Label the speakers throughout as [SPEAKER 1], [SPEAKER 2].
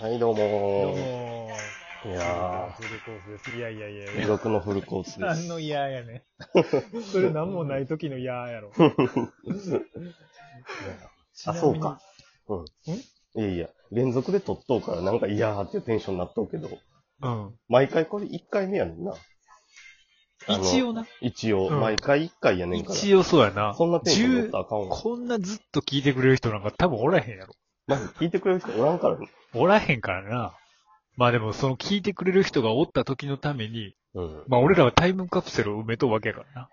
[SPEAKER 1] はい、どう
[SPEAKER 2] どう
[SPEAKER 1] も
[SPEAKER 2] も
[SPEAKER 1] いや
[SPEAKER 2] フルコースです。いやいやいや
[SPEAKER 1] ー、
[SPEAKER 2] い
[SPEAKER 1] 地
[SPEAKER 2] や。
[SPEAKER 1] 獄のフルコースで
[SPEAKER 2] 何
[SPEAKER 1] す。
[SPEAKER 2] の嫌 やねん。それ何もない時の嫌やろ。ちなみに
[SPEAKER 1] そうか。うん。いやいや、連続で撮っとうからなんかいやーっていうテンションになっとうけど、
[SPEAKER 2] うん。
[SPEAKER 1] 毎回これ1回目やねんな。あの
[SPEAKER 2] 一応な。
[SPEAKER 1] 一応、
[SPEAKER 2] うん
[SPEAKER 1] 毎回1回やねんから。
[SPEAKER 2] 一応そうやな。
[SPEAKER 1] そんなテンション持ったらあかん
[SPEAKER 2] 10
[SPEAKER 1] わ。
[SPEAKER 2] こんなずっと聞いてくれる人なんか多分おらへんやろ。
[SPEAKER 1] まず聞いてくれる人おらんからね。
[SPEAKER 2] おらへんからな。まあでもその聞いてくれる人がおった時のために、
[SPEAKER 1] うん。
[SPEAKER 2] まあ俺らはタイムカプセルを埋めとうわけやからな。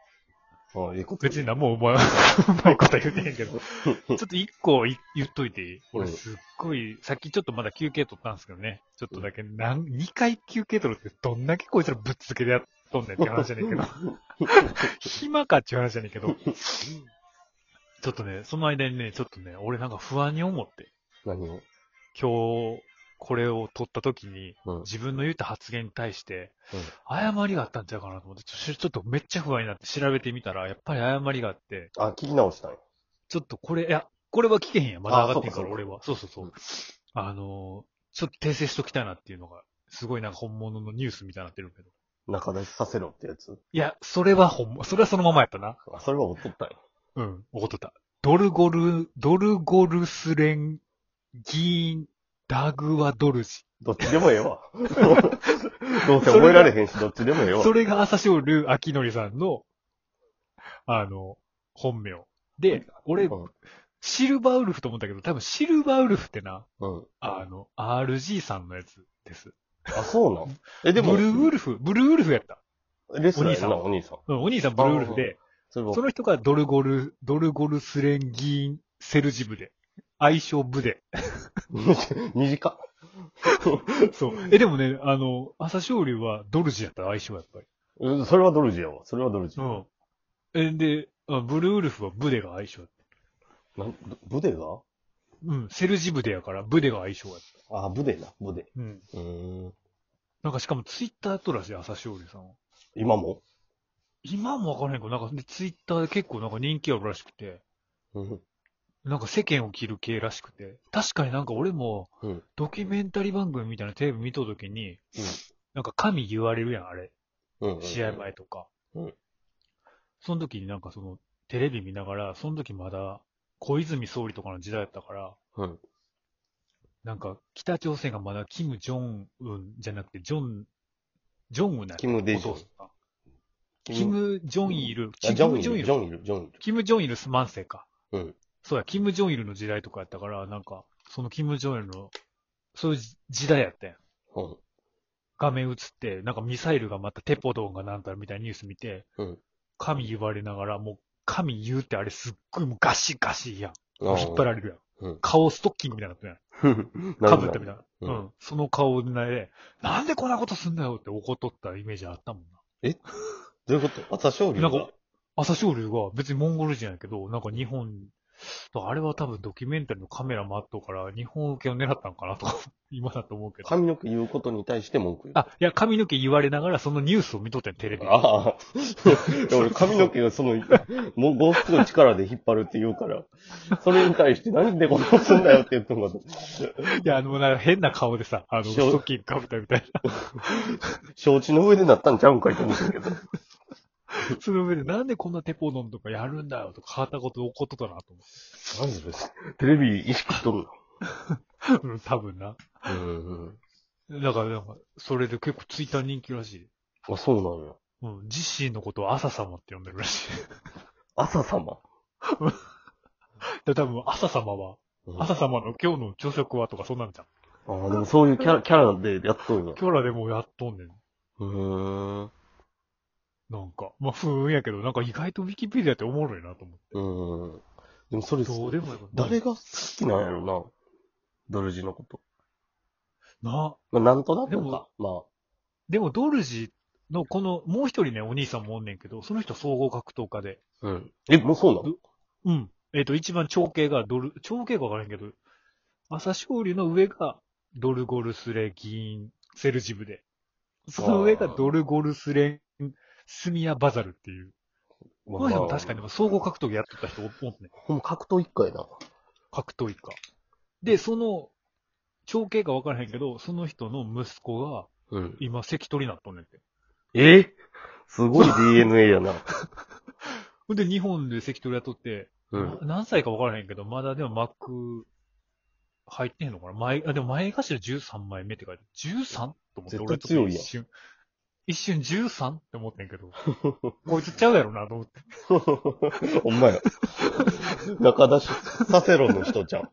[SPEAKER 1] ああ、いいこと。
[SPEAKER 2] 別に何もう まい、うまいことは言うてへんけど。ちょっと一個い言っといていい
[SPEAKER 1] うん
[SPEAKER 2] 俺すっごい、さっきちょっとまだ休憩取ったんですけどね。ちょっとだけ、なん、2回休憩取るってどんだけこいつらぶっつけでやっとんねんって話じゃねんけど。暇かっていう話じゃねんけど。ちょっとね、その間にね、ちょっとね、俺なんか不安に思って。
[SPEAKER 1] 何を
[SPEAKER 2] 今日、これを取った時に、
[SPEAKER 1] うん。
[SPEAKER 2] 自分の言った発言に対して、誤りがあったんちゃうかなと思って、ちょちょっとめっちゃ不安になって調べてみたら、やっぱり誤りがあって、
[SPEAKER 1] あ、聞き直したんや。
[SPEAKER 2] ちょっとこれ、いや、これは聞けへんや。まだ上がってんか
[SPEAKER 1] あそうかそう
[SPEAKER 2] ら、
[SPEAKER 1] か
[SPEAKER 2] 俺は。そうそうそう。
[SPEAKER 1] うん
[SPEAKER 2] あのー、ちょっと訂正しときたいなっていうのが、すごいなんか本物のニュースみたいになってるけど。
[SPEAKER 1] 仲出しさせろってやつ。
[SPEAKER 2] いや、それは本物、それはそのままやったな。
[SPEAKER 1] あ、それは怒っとったんや。
[SPEAKER 2] うん、怒っとった。ドルゴル、ドルゴルスレン、ギーン、ダグワドルジ。
[SPEAKER 1] どっちでもええ わ。どうせ覚えられへんし、どっちでもええわ
[SPEAKER 2] そ。れが朝青龍秋典さんの、あの、本名。で、俺、シルバーウルフと思ったけど、多分シルバーウルフってな、
[SPEAKER 1] うん。うん。
[SPEAKER 2] あの、RG さんのやつです。
[SPEAKER 1] あ、そうなんえ、でも
[SPEAKER 2] ブ、ルーウルフ、ブルーウルフやった。
[SPEAKER 1] レスラーやな、
[SPEAKER 2] お
[SPEAKER 1] お兄さん。
[SPEAKER 2] うん、お兄さんブルーウルフで、
[SPEAKER 1] それ
[SPEAKER 2] その人がドルゴル、ドルゴルスレンギーンセルジブで。愛称ブで。
[SPEAKER 1] 短
[SPEAKER 2] そう。え、でもね、あの、朝青龍はドルジやった、愛称やっぱり。
[SPEAKER 1] うんそれはドルジやわ。それはドルジ。
[SPEAKER 2] うん。え、で、あブルーウルフはブデが愛称やった。
[SPEAKER 1] なんブデが
[SPEAKER 2] うん、セルジブデやから、ブデが愛称やっ
[SPEAKER 1] あ、ブデな、ブデ。
[SPEAKER 2] た。うん。
[SPEAKER 1] うーん。
[SPEAKER 2] なんかしかもツイッターやっとるらしい、朝青龍さんは。
[SPEAKER 1] 今も
[SPEAKER 2] 今もわからへんけど、なんか、で、ツイッターで結構なんか人気あるらしくて。
[SPEAKER 1] うん。
[SPEAKER 2] なんか世間を切る系らしくて、確かになんか俺も
[SPEAKER 1] うん、
[SPEAKER 2] ドキュメンタリー番組みたいなテレビ見たときに、
[SPEAKER 1] うん
[SPEAKER 2] なんか神言われるやん、あれ。
[SPEAKER 1] うん
[SPEAKER 2] 試合。前とか。
[SPEAKER 1] うん
[SPEAKER 2] その時になんかその、テレビ見ながら、その時まだ、小泉総理とかの時代だったから、
[SPEAKER 1] うん。
[SPEAKER 2] なんか北朝鮮がまだキム・ジョンウンじゃなくて、ジョン、ジョンウンなんや
[SPEAKER 1] キムデジョン
[SPEAKER 2] お父さんキ、ム・ジョンイル、
[SPEAKER 1] あ
[SPEAKER 2] キ
[SPEAKER 1] ジョ
[SPEAKER 2] ム・
[SPEAKER 1] ンい
[SPEAKER 2] ジョンイ
[SPEAKER 1] る、
[SPEAKER 2] ル
[SPEAKER 1] ジョンいる、ジョンいる。
[SPEAKER 2] キム・ジョンイルスマンセか。
[SPEAKER 1] うん。
[SPEAKER 2] そうや、キム・ジョンイルの時代とかやったから、なんか、そのキム・ジョンイルの、そういう時代やったやん。
[SPEAKER 1] うん。
[SPEAKER 2] 画面映って、なんかミサイルがまたテポドンがなんたらみたいなニュース見て、
[SPEAKER 1] うん
[SPEAKER 2] 神言われながら、もう、神言うってあれすっごいもうガシガシやん。引っ張ら
[SPEAKER 1] れ
[SPEAKER 2] れるやん。
[SPEAKER 1] うん
[SPEAKER 2] 顔ストッキングみたいになってな い。
[SPEAKER 1] な
[SPEAKER 2] か
[SPEAKER 1] るほ
[SPEAKER 2] ぶった
[SPEAKER 1] ど
[SPEAKER 2] みたいな。
[SPEAKER 1] う
[SPEAKER 2] うんん。その顔で、なんでこんなことすんだよって怒っとったイメージあったもんな。
[SPEAKER 1] どういうこと朝勝利
[SPEAKER 2] なんか朝青龍が別にモンゴル人やけど、なんか日本、あれは多分ドキュメンタリーのカメラ回っとうから、日本受けを狙ったんかなとか、 今だと思うけど。
[SPEAKER 1] 髪の毛言うことに対して文句言う。
[SPEAKER 2] あ、いや、髪の毛言われながらそのニュースを見とったんテレビで。
[SPEAKER 1] ああ。いや 俺髪の毛がその、もう、ごっの力で引っ張るって言うから、それに対して何でこんなことすんだよって言ってもらった。
[SPEAKER 2] いや、あの、なんか変な顔でさ、あの、ス
[SPEAKER 1] しょう
[SPEAKER 2] トッキングかぶったみたいな。
[SPEAKER 1] 承知の上でなったんちゃうんかいと思ったけど。
[SPEAKER 2] その上で、なんでこんなテポドンとかやるんだよとか、変わったこと怒っとったなと
[SPEAKER 1] 何それテレビ意識しとる
[SPEAKER 2] 思う。うん多分な。
[SPEAKER 1] のうんうん。
[SPEAKER 2] だから、なんか、それで結構ツイッター人気らしい。
[SPEAKER 1] あ、そうなのよ。
[SPEAKER 2] うん、自身のことを朝様って呼んでるらしい。
[SPEAKER 1] 朝様。
[SPEAKER 2] で、多分、朝様は、
[SPEAKER 1] うん
[SPEAKER 2] 朝様の今日の朝食はとかそんなんじゃん。
[SPEAKER 1] あーでもそういうキャラ、キャラでやっとるんや。
[SPEAKER 2] キャラでもやっとんねん。
[SPEAKER 1] うーん。
[SPEAKER 2] なんか。まあ、不運やけど、なんか意外とウィキペディアっておもろいなと思って。
[SPEAKER 1] うん。でもそれ、
[SPEAKER 2] どうでもよかった
[SPEAKER 1] 誰が好きなんやろな。ドルジのこと。
[SPEAKER 2] な。
[SPEAKER 1] まあ、なんとなく
[SPEAKER 2] で
[SPEAKER 1] か
[SPEAKER 2] も。
[SPEAKER 1] ま
[SPEAKER 2] でも、ドルジのこの、もう一人ね、お兄さんもおんねんけど、その人総合格闘家で。
[SPEAKER 1] あ。うん。え、もうそうなの
[SPEAKER 2] うん。えっ、と、一番長兄がドル、長兄かわからへんけど、朝青龍の上がドルゴルスレギーンセルジブで。その上がドルゴルスレンスミヤバザルっていう。この人も確かにでも総合格闘技やってた人おおんねん。
[SPEAKER 1] ほんま格闘一家やな。
[SPEAKER 2] 格闘一家。で、その、長兄か分からへんけど、その人の息子が、
[SPEAKER 1] うん。
[SPEAKER 2] 今、関取になっとんねんて。
[SPEAKER 1] えすごい DNA やな。
[SPEAKER 2] ほんで、日本で関取やっとって、
[SPEAKER 1] うん。
[SPEAKER 2] 何歳か分からへんけど、まだでも幕、入ってへんのかな前、あ、でも前頭13枚目って書いてある。13? と思っ
[SPEAKER 1] 絶
[SPEAKER 2] て、
[SPEAKER 1] 対
[SPEAKER 2] 俺ちょっと
[SPEAKER 1] 強いやん
[SPEAKER 2] 一瞬。一瞬 13? って思ってん けど。こいつちゃうやろな、と思って。
[SPEAKER 1] ほんまや。中出しさせろの人じゃん。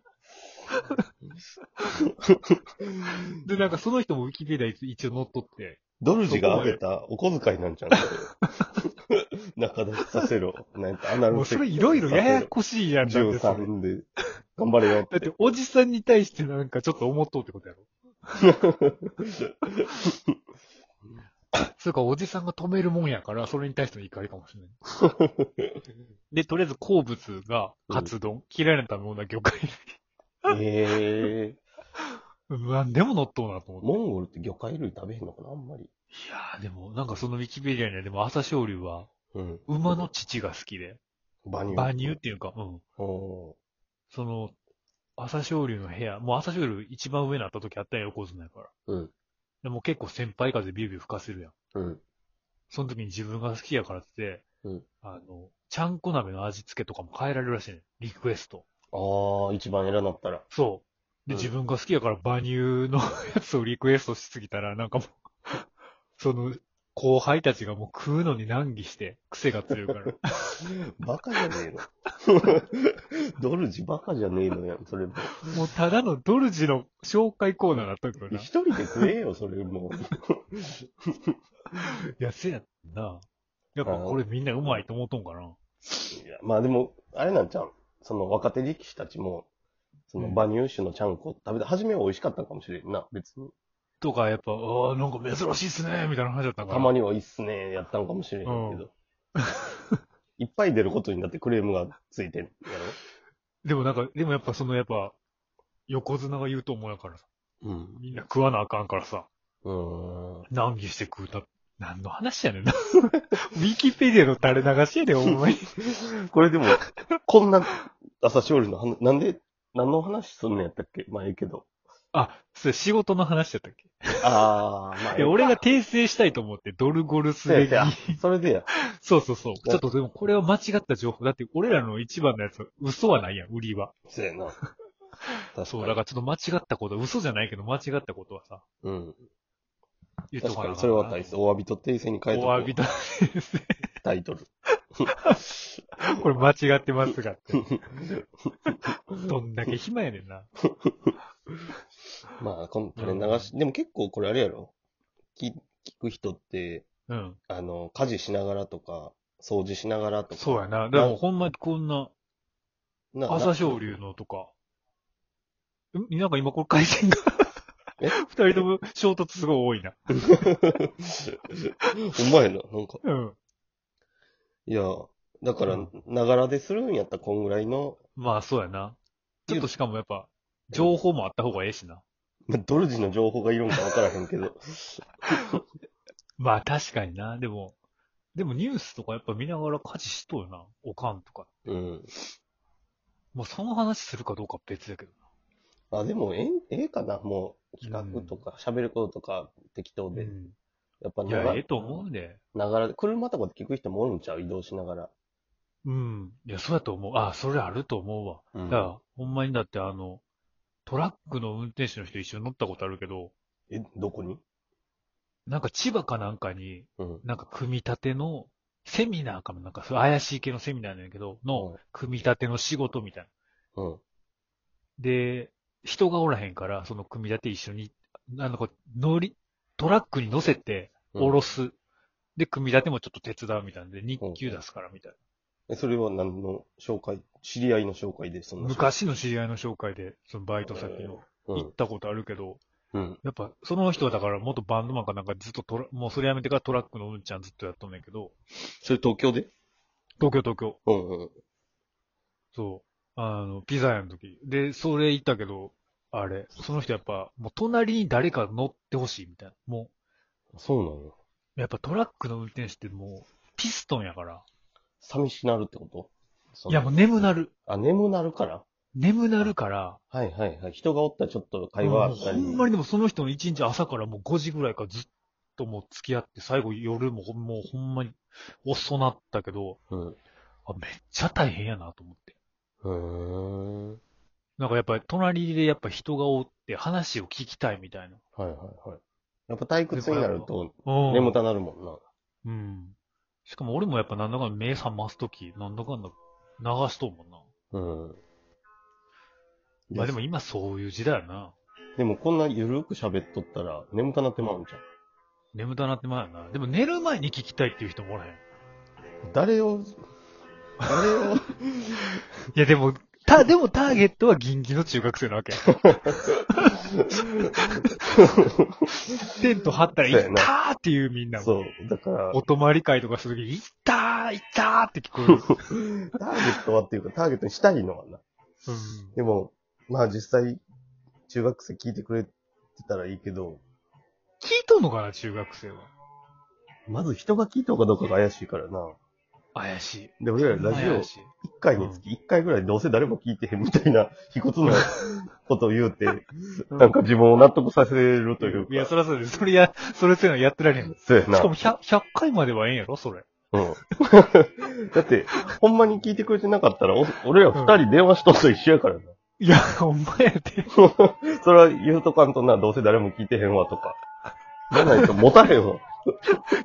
[SPEAKER 2] で、なんかその人もウィキペディア一応乗っとって、
[SPEAKER 1] ドルジが上げたお小遣いなんちゃう それ中出しさせろ。なんかアナ
[SPEAKER 2] も
[SPEAKER 1] ロ
[SPEAKER 2] う
[SPEAKER 1] グセッ
[SPEAKER 2] そ
[SPEAKER 1] ク
[SPEAKER 2] れ
[SPEAKER 1] ス
[SPEAKER 2] いろいろややこしいやんだってそれ
[SPEAKER 1] 13で頑張れよっ。
[SPEAKER 2] だってて、おじさんに対してなんかちょっと思っとうってことやろ。それか、おじさんが止めるもんやから、それに対しての怒りかもしれない。 で、とりあえず好物がカツ丼。嫌いな食べ物は魚介類。
[SPEAKER 1] ええ
[SPEAKER 2] うんなんでも乗っとうなと思って。
[SPEAKER 1] モンゴルって魚介類食べへんのかなあんまり。
[SPEAKER 2] いやー、でも、なんかそのウィキペディアには、でも朝青龍は、
[SPEAKER 1] うん。
[SPEAKER 2] 馬の乳が好きで、
[SPEAKER 1] 馬乳。
[SPEAKER 2] 馬乳っていうか、うん。
[SPEAKER 1] お
[SPEAKER 2] その、朝青龍の部屋、もう朝青龍一番上になった時あったんや、横綱やから。
[SPEAKER 1] ーうん。
[SPEAKER 2] でも結構先輩風ビュービュー吹かせるやん。
[SPEAKER 1] うん。
[SPEAKER 2] その時に自分が好きやからって、
[SPEAKER 1] うん
[SPEAKER 2] あの、ちゃんこ鍋の味付けとかも変えられるらしいねん。リクエスト。
[SPEAKER 1] ああ、一番偉なったら。
[SPEAKER 2] そう。で、
[SPEAKER 1] うん
[SPEAKER 2] 自分が好きやから馬乳のやつをリクエストしすぎたら、なんかもう、 その、後輩たちがもう食うのに難儀して、癖が強い から。
[SPEAKER 1] バカじゃねえの。 ドルジバカじゃねえのやん、それも。
[SPEAKER 2] もうただのドルジの紹介コーナーだったけどな。い
[SPEAKER 1] 一人で食えよ、それも
[SPEAKER 2] や、せやんな。やっぱこれみんなうまいと思うとんかな。
[SPEAKER 1] う。いやまあでも、あれなんちゃうその若手力士たちも、その
[SPEAKER 2] うん
[SPEAKER 1] 馬乳酒のちゃんこ食べて、初めは美味しかったかもしれんな、別に。
[SPEAKER 2] とか、やっぱ、ああ、なんか珍しいっすね、みたいな話だったんか
[SPEAKER 1] た
[SPEAKER 2] ら。
[SPEAKER 1] まにはいいっすね、やったんかもしれんけ
[SPEAKER 2] う
[SPEAKER 1] ど。いっぱい出ることになってクレームがついてんや
[SPEAKER 2] でもなんか、でもやっぱその、やっぱ、横綱が言うと思うやからさ。
[SPEAKER 1] ろ
[SPEAKER 2] みんな食わなあかんからさ。
[SPEAKER 1] うん。うーん。
[SPEAKER 2] 難儀して食うた。何の話やねんな。 ウィキペディアの垂れ流しやで、お前。
[SPEAKER 1] これでも、こんな朝勝利の話、なんで、何の話すんのやったっけまあええけど。
[SPEAKER 2] あ、それ仕事の話やったっけ
[SPEAKER 1] ああ、まあ
[SPEAKER 2] いや、俺が訂正したいと思って、ドルゴルス
[SPEAKER 1] そうや
[SPEAKER 2] レ
[SPEAKER 1] そ
[SPEAKER 2] ギ
[SPEAKER 1] うやそれでや。
[SPEAKER 2] そうそうそう。ちょっとでもこれは間違った情報。だって俺らの一番のやつは嘘はないやん、売りは。
[SPEAKER 1] そうやな。
[SPEAKER 2] そう、だからちょっと間違ったこと、嘘じゃないけど間違ったことはさ、
[SPEAKER 1] ら。うん。
[SPEAKER 2] 言っと
[SPEAKER 1] 確か
[SPEAKER 2] かなあ
[SPEAKER 1] に、
[SPEAKER 2] か
[SPEAKER 1] そ
[SPEAKER 2] ん
[SPEAKER 1] れ
[SPEAKER 2] な
[SPEAKER 1] は大切。お詫びと訂正に変えとこう
[SPEAKER 2] お詫びだ。
[SPEAKER 1] タイトル。
[SPEAKER 2] これ間違ってますがって。 どんだけ暇やねんな。
[SPEAKER 1] まあ、この垂れ流し、でも結構これあれやろ。聞聞く人って、
[SPEAKER 2] うん。
[SPEAKER 1] あの、家事しながらとか、掃除しながらとか。
[SPEAKER 2] そうやな。でもほんまにこんな、
[SPEAKER 1] な
[SPEAKER 2] 朝青龍のとか。んなんか今これ回線が
[SPEAKER 1] え。
[SPEAKER 2] 二人とも衝突すごい多いな。
[SPEAKER 1] ほんまやな、なんか。
[SPEAKER 2] うん。
[SPEAKER 1] いや、だから
[SPEAKER 2] うん、
[SPEAKER 1] ながらでするんやったらこんぐらいの、
[SPEAKER 2] まあそうやな。ちょっとしかもやっぱ、情報もあった方がええしな。
[SPEAKER 1] まあドルジの情報がいるんかわからへんけど。
[SPEAKER 2] まあ確かにな。でも、でもニュースとかやっぱ見ながら家事しとうよな。おかんとか。
[SPEAKER 1] うん。
[SPEAKER 2] まあその話するかどうかは別だけど。
[SPEAKER 1] あ、でも、えん、ええかな、もう、企画とか、喋ることとか、適当で。
[SPEAKER 2] うん。
[SPEAKER 1] やっぱ
[SPEAKER 2] い
[SPEAKER 1] な
[SPEAKER 2] や
[SPEAKER 1] が、、
[SPEAKER 2] ええと思うで。
[SPEAKER 1] ながらで、車とかで聞く人もおるんちゃう移動しながら。
[SPEAKER 2] うん。いや、そうやと思う。ああ、それあると思うわ。
[SPEAKER 1] う
[SPEAKER 2] だから、ほんまにだってあの、トラックの運転手の人一緒に乗ったことあるけど、
[SPEAKER 1] え、どこに
[SPEAKER 2] なんか千葉かなんかに、
[SPEAKER 1] うん。
[SPEAKER 2] なんか組み立ての、セミナーかもなんか、そう怪しい系のセミナーなんやけど、の、組み立ての仕事みたいな。
[SPEAKER 1] うん。
[SPEAKER 2] で、人がおらへんから、その組み立て一緒に、なんかこう乗り、トラックに乗せて、
[SPEAKER 1] うん
[SPEAKER 2] 下ろす。で、組み立てもちょっと手伝うみたいなんで、日給出すからみたい
[SPEAKER 1] え、それは何の紹介知り合いの紹介で、そん
[SPEAKER 2] な。
[SPEAKER 1] な。
[SPEAKER 2] 昔の知り合いの紹介で、そのバイト先の、
[SPEAKER 1] う
[SPEAKER 2] 行っ
[SPEAKER 1] ん。
[SPEAKER 2] たことあるけど、
[SPEAKER 1] うん。
[SPEAKER 2] やっぱ、その人はだから、元バンドマンかなんかずっとトラ、もうそれやめてからトラックのうんちゃんずっとやっとんねんけど、
[SPEAKER 1] それ東京で
[SPEAKER 2] 東京東京。
[SPEAKER 1] うんうん。
[SPEAKER 2] そう。あの、ピザ屋の時。で、それ行ったけど、あれ、その人やっぱ、もう隣に誰か乗ってほしいみたいな。も
[SPEAKER 1] そうなの
[SPEAKER 2] う、やっぱトラックの運転手ってもう、ピストンやから。
[SPEAKER 1] 寂しくなるってことそ
[SPEAKER 2] い
[SPEAKER 1] の
[SPEAKER 2] や、もう眠なる。
[SPEAKER 1] あ、眠なるから
[SPEAKER 2] 眠なるから、
[SPEAKER 1] はいはいはい。人がおったらちょっと会
[SPEAKER 2] うん
[SPEAKER 1] 話あった
[SPEAKER 2] ほ
[SPEAKER 1] り。
[SPEAKER 2] んまにでもその人の一日朝からもう5時ぐらいからずっともう付き合って、最後夜もほんもうほんまに遅なったけど、
[SPEAKER 1] うん。
[SPEAKER 2] あめっちゃ大変やなと思って。
[SPEAKER 1] うん。
[SPEAKER 2] なんかやっぱり隣でやっぱ人がおって話を聞きたいみたいな。
[SPEAKER 1] はいはいはい。やっぱ退屈になると
[SPEAKER 2] うん。
[SPEAKER 1] 眠たなるもんな。
[SPEAKER 2] うん。しかも俺もやっぱなんだかんだ目覚ますとき、なんだかんだ流しとんもんな。
[SPEAKER 1] うん。
[SPEAKER 2] まあでも今そういう時代やな。
[SPEAKER 1] でもこんなゆるく喋っとったら眠たなってまうんじゃ
[SPEAKER 2] 眠たなってまうよな。でも寝る前に聞きたいっていう人 もおらへん。い
[SPEAKER 1] ん。誰を、誰を、
[SPEAKER 2] やでも、た、 でもターゲットは銀ギの中 学生なわけや。テント張ったら、い
[SPEAKER 1] そう
[SPEAKER 2] っ
[SPEAKER 1] やな
[SPEAKER 2] たーっていうみんなも。
[SPEAKER 1] そう、だから、
[SPEAKER 2] お泊まり会とかするとき、いったー、いったーって聞こえる。
[SPEAKER 1] ターゲットはっていうか、ターゲットにしたいのはな。
[SPEAKER 2] うん。
[SPEAKER 1] でも、まあ実際、中学生聞いてくれてたらいいけど、
[SPEAKER 2] 聞いとんのかな、中学生は。
[SPEAKER 1] まず人が聞いたかどうかが怪しいからな。
[SPEAKER 2] 怪しい。
[SPEAKER 1] で、俺らラジオ
[SPEAKER 2] 怪
[SPEAKER 1] 1
[SPEAKER 2] しい
[SPEAKER 1] 回につき1回ぐらいどうせ誰も聞いてへんみたいな、卑屈 なことを言うて、なんか自分を納得させるというか。
[SPEAKER 2] いや、そりゃそうです。それや、それそういうのやってられへん。し
[SPEAKER 1] そうやな。
[SPEAKER 2] かも100、100回まではええんやろ、それ。
[SPEAKER 1] うん。 だって、ほんまに聞いてくれてなかったら、お俺ら二人電話しとんと一緒やからな。
[SPEAKER 2] いや、お前やで。
[SPEAKER 1] それは言うとかんとな、どうせ誰も聞いてへんわとか。 じゃないと持たれへんわ。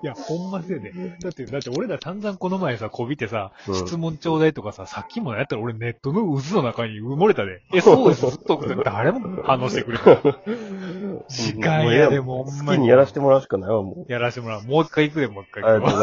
[SPEAKER 2] いや、ほんませいで。だって、だって俺ら散々この前さ、こびてさ、
[SPEAKER 1] うん
[SPEAKER 2] 質問ちょうだいとかさ、さっきもやったら俺ネットの渦の中に埋もれたで。え、そうです、ずっと送って誰も反応してくれ ない。時間やでもう
[SPEAKER 1] う
[SPEAKER 2] ほん
[SPEAKER 1] 好
[SPEAKER 2] まに
[SPEAKER 1] きにやらせてもらうしかないわ、もう。
[SPEAKER 2] やらせてもらう。もう一回行くで、もう一回
[SPEAKER 1] ありがとうございま
[SPEAKER 2] 行
[SPEAKER 1] す
[SPEAKER 2] く。